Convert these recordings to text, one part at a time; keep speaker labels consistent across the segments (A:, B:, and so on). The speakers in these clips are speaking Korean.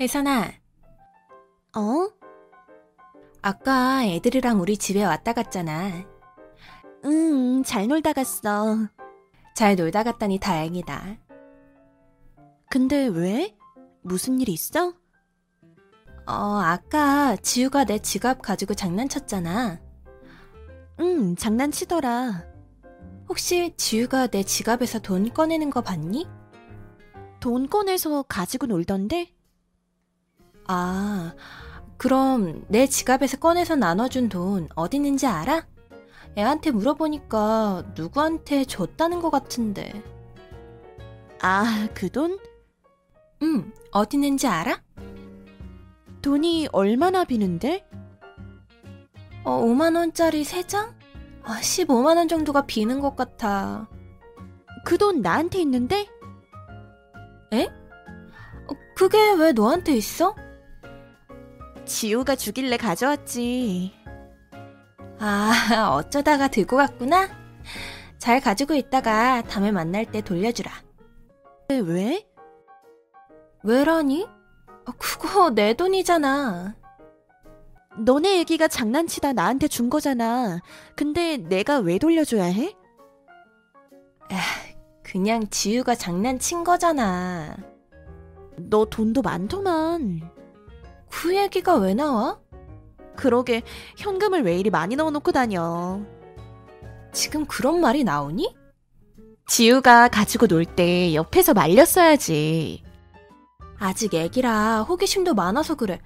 A: 혜선아,
B: 어?
A: 아까 애들이랑 우리 집에 왔다 갔잖아.
B: 응, 잘 놀다 갔어.
A: 잘 놀다 갔다니 다행이다.
B: 근데 왜? 무슨 일 있어?
A: 어, 아까 지우가 내 지갑 가지고 장난쳤잖아.
B: 응, 장난치더라.
A: 혹시 지우가 내 지갑에서 돈 꺼내는 거 봤니?
B: 돈 꺼내서 가지고 놀던데?
A: 아, 그럼 내 지갑에서 꺼내서 나눠준 돈 어디 있는지 알아? 애한테 물어보니까 누구한테 줬다는 것 같은데.
B: 아, 그 돈?
A: 응, 어디 있는지 알아?
B: 돈이 얼마나 비는데?
A: 어, 5만원짜리 세장 아, 15만원 정도가 비는 것 같아.
B: 그 돈 나한테 있는데?
A: 어, 그게 왜 너한테 있어?
B: 지우가 주길래 가져왔지.
A: 아, 어쩌다가 들고 갔구나? 잘 가지고 있다가 다음에 만날 때 돌려주라.
B: 근데 왜?
A: 왜라니? 아, 그거 내 돈이잖아.
B: 너네 애기가 장난치다 나한테 준 거잖아. 근데 내가 왜 돌려줘야 해?
A: 그냥 지우가 장난친 거잖아.
B: 너 돈도 많더만.
A: 그 얘기가 왜 나와?
B: 그러게, 현금을 왜 이리 많이 넣어놓고 다녀.
A: 지금 그런 말이 나오니?
B: 지우가 가지고 놀 때 옆에서 말렸어야지.
A: 아직 애기라 호기심도 많아서 그래.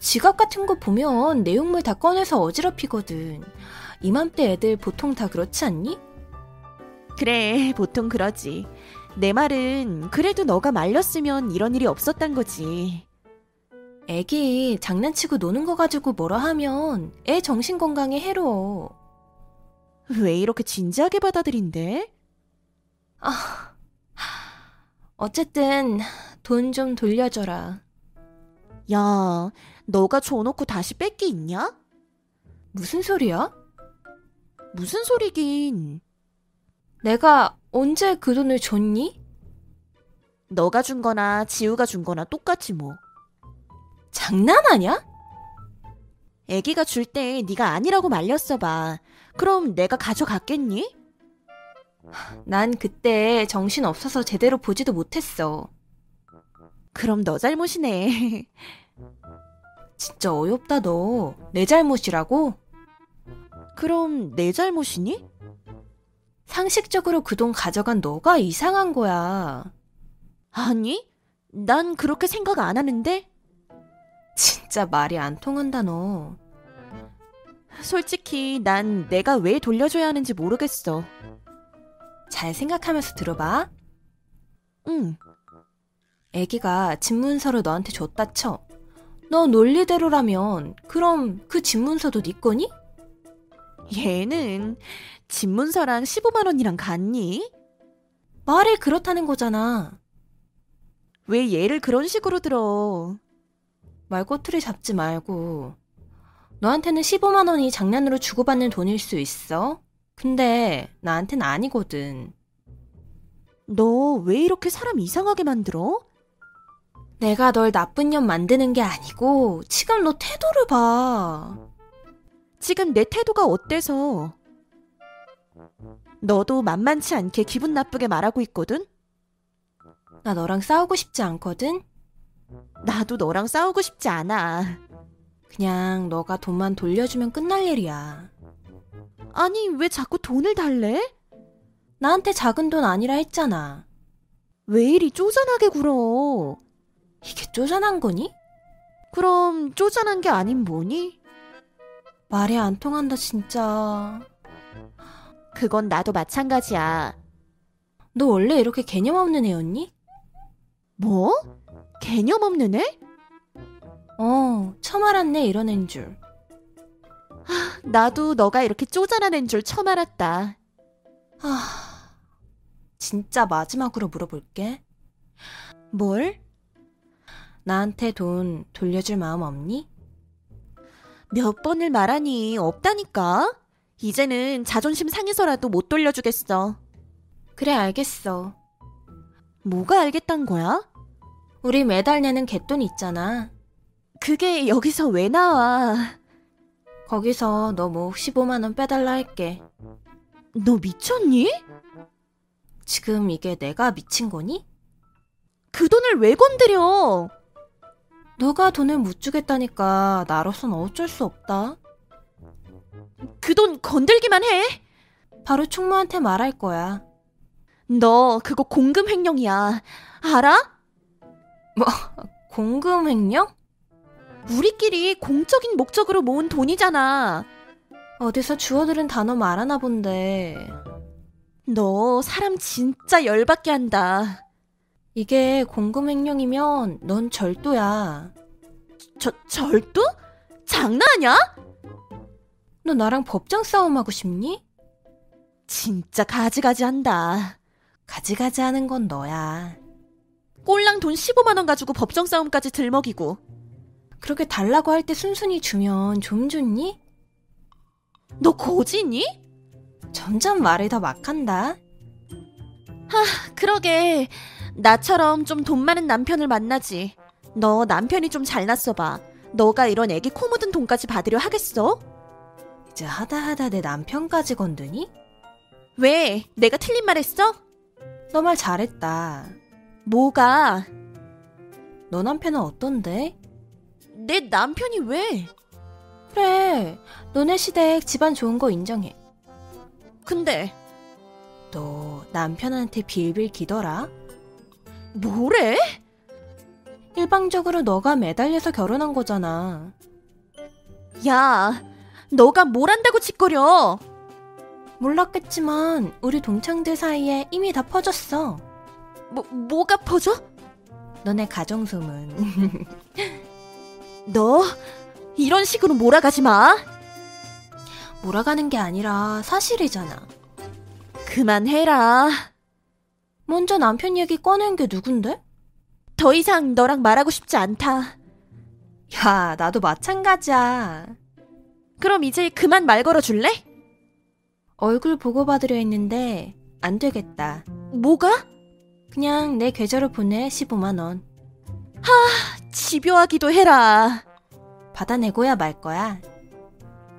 A: 지갑 같은 거 보면 내용물 다 꺼내서 어지럽히거든. 이맘때 애들 보통 다 그렇지 않니?
B: 그래, 보통 그러지. 내 말은 그래도 너가 말렸으면 이런 일이 없었단 거지.
A: 애기 장난치고 노는 거 가지고 뭐라 하면 애 정신 건강에 해로워.
B: 왜 이렇게 진지하게 받아들인대?
A: 아, 어쨌든 돈 좀 돌려줘라.
B: 야, 너가 줘놓고 다시 뺏기 있냐?
A: 무슨 소리야?
B: 무슨 소리긴.
A: 내가 언제 그 돈을 줬니?
B: 너가 준 거나 지우가 준 거나 똑같지 뭐.
A: 장난하냐?
B: 애기가 줄 때 네가 아니라고 말렸어 봐. 그럼 내가 가져갔겠니?
A: 난 그때 정신 없어서 제대로 보지도 못했어.
B: 그럼 너 잘못이네.
A: 진짜 어이없다 너. 내 잘못이라고?
B: 그럼 내 잘못이니?
A: 상식적으로 그 돈 가져간 너가 이상한 거야.
B: 아니, 난 그렇게 생각 안 하는데?
A: 진짜 말이 안 통한다 너.
B: 솔직히 난 내가 왜 돌려줘야 하는지 모르겠어.
A: 잘 생각하면서 들어봐.
B: 응,
A: 애기가 집문서를 너한테 줬다 쳐. 너 논리대로라면 그럼 그 집문서도 네 거니?
B: 얘는 집문서랑 15만 원이랑 같니?
A: 말이 그렇다는 거잖아.
B: 왜 얘를 그런 식으로 들어?
A: 말꼬투리 잡지 말고. 너한테는 15만 원이 장난으로 주고받는 돈일 수 있어. 근데 나한텐 아니거든.
B: 너 왜 이렇게 사람 이상하게 만들어?
A: 내가 널 나쁜 년 만드는 게 아니고 지금 너 태도를 봐.
B: 지금 내 태도가 어때서? 너도 만만치 않게 기분 나쁘게 말하고 있거든?
A: 나 너랑 싸우고 싶지 않거든.
B: 나도 너랑 싸우고 싶지 않아.
A: 그냥 너가 돈만 돌려주면 끝날 일이야.
B: 아니, 왜 자꾸 돈을 달래?
A: 나한테 작은 돈 아니라 했잖아.
B: 왜 이리 쪼잔하게 굴어?
A: 이게 쪼잔한 거니?
B: 그럼 쪼잔한 게 아닌 뭐니?
A: 말이 안 통한다 진짜.
B: 그건 나도 마찬가지야.
A: 너 원래 이렇게 개념 없는 애였니?
B: 뭐? 개념 없는 애?
A: 어, 처음 알았네 이런 애인 줄.
B: 아, 나도 너가 이렇게 쪼잔한 애인 줄 처음 알았다.
A: 아, 진짜 마지막으로 물어볼게.
B: 뭘?
A: 나한테 돈 돌려줄 마음 없니?
B: 몇 번을 말하니 없다니까? 이제는 자존심 상해서라도 못 돌려주겠어.
A: 그래 알겠어.
B: 뭐가 알겠단 거야?
A: 우리 매달 내는 갯돈 있잖아.
B: 그게 여기서 왜 나와?
A: 거기서 너 뭐 15만원 빼달라 할게.
B: 너 미쳤니?
A: 지금 이게 내가 미친 거니?
B: 그 돈을 왜 건드려?
A: 너가 돈을 못 주겠다니까 나로선 어쩔 수 없다.
B: 그 돈 건들기만 해?
A: 바로 충무한테 말할 거야.
B: 너 그거 공금 횡령이야. 알아?
A: 공금 횡령?
B: 우리끼리 공적인 목적으로 모은 돈이잖아.
A: 어디서 주워들은 단어 말하나 본데.
B: 너 사람 진짜 열받게 한다.
A: 이게 공금 횡령이면 넌 절도야.
B: 저 절도? 장난하냐?
A: 너 나랑 법정 싸움하고 싶니?
B: 진짜 가지가지 한다.
A: 가지가지 하는 건 너야.
B: 꼴랑 돈 15만 원 가지고 법정 싸움까지 들먹이고
A: 그렇게 달라고 할 때 순순히 주면 좀 좋니?
B: 너 고지니?
A: 점점 말을 더 막한다.
B: 그러게 나처럼 좀 돈 많은 남편을 만나지 너 남편이 좀 잘났어 봐 너가 이런 애기 코 묻은 돈까지 받으려 하겠어?
A: 이제 하다하다 내 남편까지 건드니?
B: 왜 내가 틀린 말 했어?
A: 너 말 잘했다.
B: 뭐가
A: 너 남편은 어떤데?
B: 내 남편이 왜
A: 그래, 너네 시댁 집안 좋은 거 인정해.
B: 근데
A: 너 남편한테 빌빌 기더라?
B: 뭐래?
A: 일방적으로 너가 매달려서 결혼한 거잖아.
B: 야 너가 뭘 한다고 짓거려
A: 몰랐겠지만 우리 동창들 사이에 이미 다 퍼졌어.
B: 뭐, 뭐가 퍼져?
A: 너네 가정소문.
B: 너 이런 식으로 몰아가지 마
A: 몰아가는 게 아니라 사실이잖아.
B: 그만해라
A: 먼저 남편 얘기 꺼낸 게 누군데?
B: 더 이상 너랑 말하고 싶지 않다
A: 야, 나도 마찬가지야.
B: 그럼 이제 그만 말 걸어줄래?
A: 얼굴 보고받으려 했는데 안 되겠다.
B: 뭐가?
A: 그냥 내 계좌로 보내 15만 원.
B: 집요하기도 해라.
A: 받아내고야 말 거야.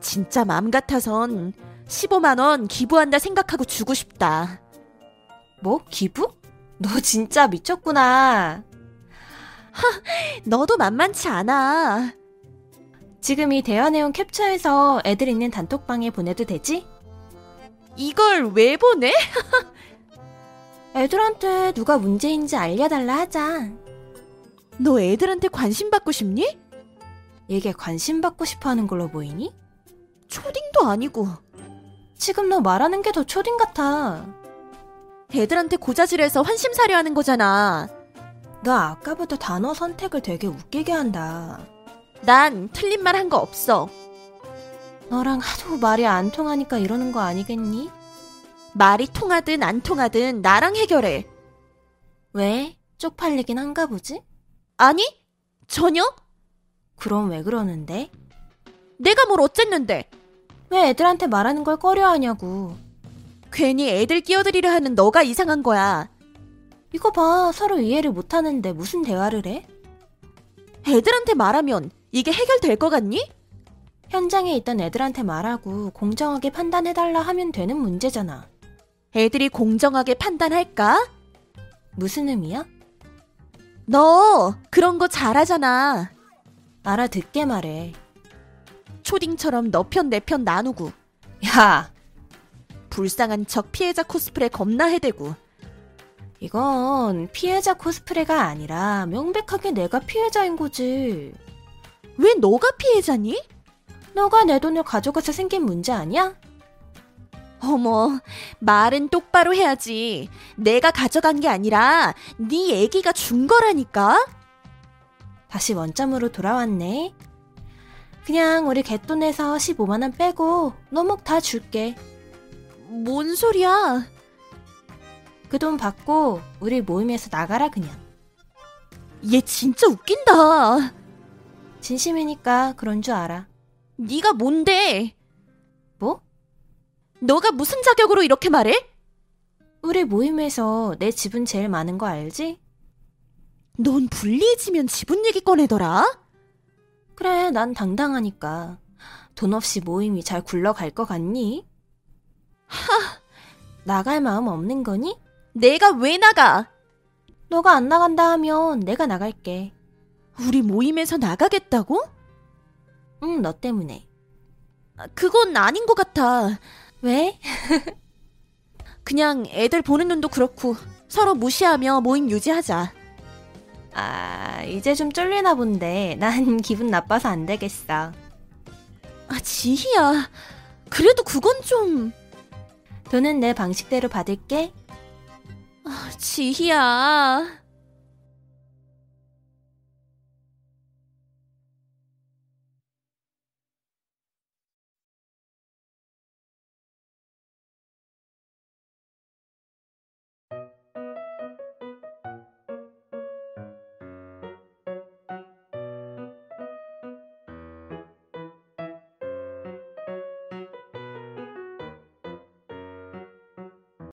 B: 진짜 맘 같아선 15만원 기부한다 생각하고 주고 싶다.
A: 뭐? 기부? 너 진짜 미쳤구나.
B: 너도 만만치 않아.
A: 지금 이 대화 내용 캡처해서 애들 있는 단톡방에 보내도 되지?
B: 이걸 왜 보내?
A: 애들한테 누가 문제인지 알려달라 하자.
B: 너 애들한테 관심 받고 싶니?
A: 얘게 관심 받고 싶어 하는 걸로 보이니?
B: 초딩도 아니고.
A: 지금 너 말하는 게 더 초딩 같아.
B: 애들한테 고자질해서 환심사려 하는 거잖아.
A: 너 아까부터 단어 선택을 되게 웃기게 한다.
B: 난 틀린 말 한 거 없어.
A: 너랑 하도 말이 안 통하니까 이러는 거 아니겠니?
B: 말이 통하든 안 통하든 나랑 해결해.
A: 왜? 쪽팔리긴 한가 보지?
B: 아니? 전혀?
A: 그럼 왜 그러는데?
B: 내가 뭘 어쨌는데?
A: 왜 애들한테 말하는 걸 꺼려하냐고.
B: 괜히 애들 끼어들이려 하는 너가 이상한 거야.
A: 이거 봐, 서로 이해를 못하는데 무슨 대화를 해?
B: 애들한테 말하면 이게 해결될 것 같니?
A: 현장에 있던 애들한테 말하고 공정하게 판단해달라 하면 되는 문제잖아.
B: 애들이 공정하게 판단할까?
A: 무슨 의미야?
B: 너 그런 거 잘하잖아.
A: 알아듣게 말해.
B: 초딩처럼 너 편 내 편 나누고
A: 야,
B: 불쌍한 척 피해자 코스프레 겁나 해대고
A: 이건 피해자 코스프레가 아니라 명백하게 내가 피해자인 거지.
B: 왜 너가 피해자니?
A: 너가 내 돈을 가져가서 생긴 문제 아니야?
B: 어머 말은 똑바로 해야지. 내가 가져간 게 아니라 네 애기가 준 거라니까.
A: 다시 원점으로 돌아왔네. 그냥 우리 갯돈에서 15만원 빼고 너목 다 줄게.
B: 뭔 소리야?
A: 그 돈 받고 우리 모임에서 나가라 그냥.
B: 얘 진짜 웃긴다.
A: 진심이니까 그런 줄 알아.
B: 네가 뭔데?
A: 뭐?
B: 너가 무슨 자격으로 이렇게 말해?
A: 우리 모임에서 내 지분 제일 많은 거 알지?
B: 넌 불리해지면 지분 얘기 꺼내더라?
A: 그래, 난 당당하니까. 돈 없이 모임이 잘 굴러갈 것 같니? 하! 나갈 마음 없는 거니?
B: 내가 왜 나가?
A: 너가 안 나간다 하면 내가 나갈게.
B: 우리 모임에서 나가겠다고?
A: 응, 너 때문에.
B: 아, 그건 아닌 것 같아.
A: 왜?
B: 그냥 애들 보는 눈도 그렇고 서로 무시하며 모임 유지하자.
A: 아, 이제 좀 쫄리나 본데. 난 기분 나빠서 안 되겠어.
B: 아, 지희야. 그래도 그건 좀...
A: 돈은 내 방식대로 받을게.
B: 아, 지희야.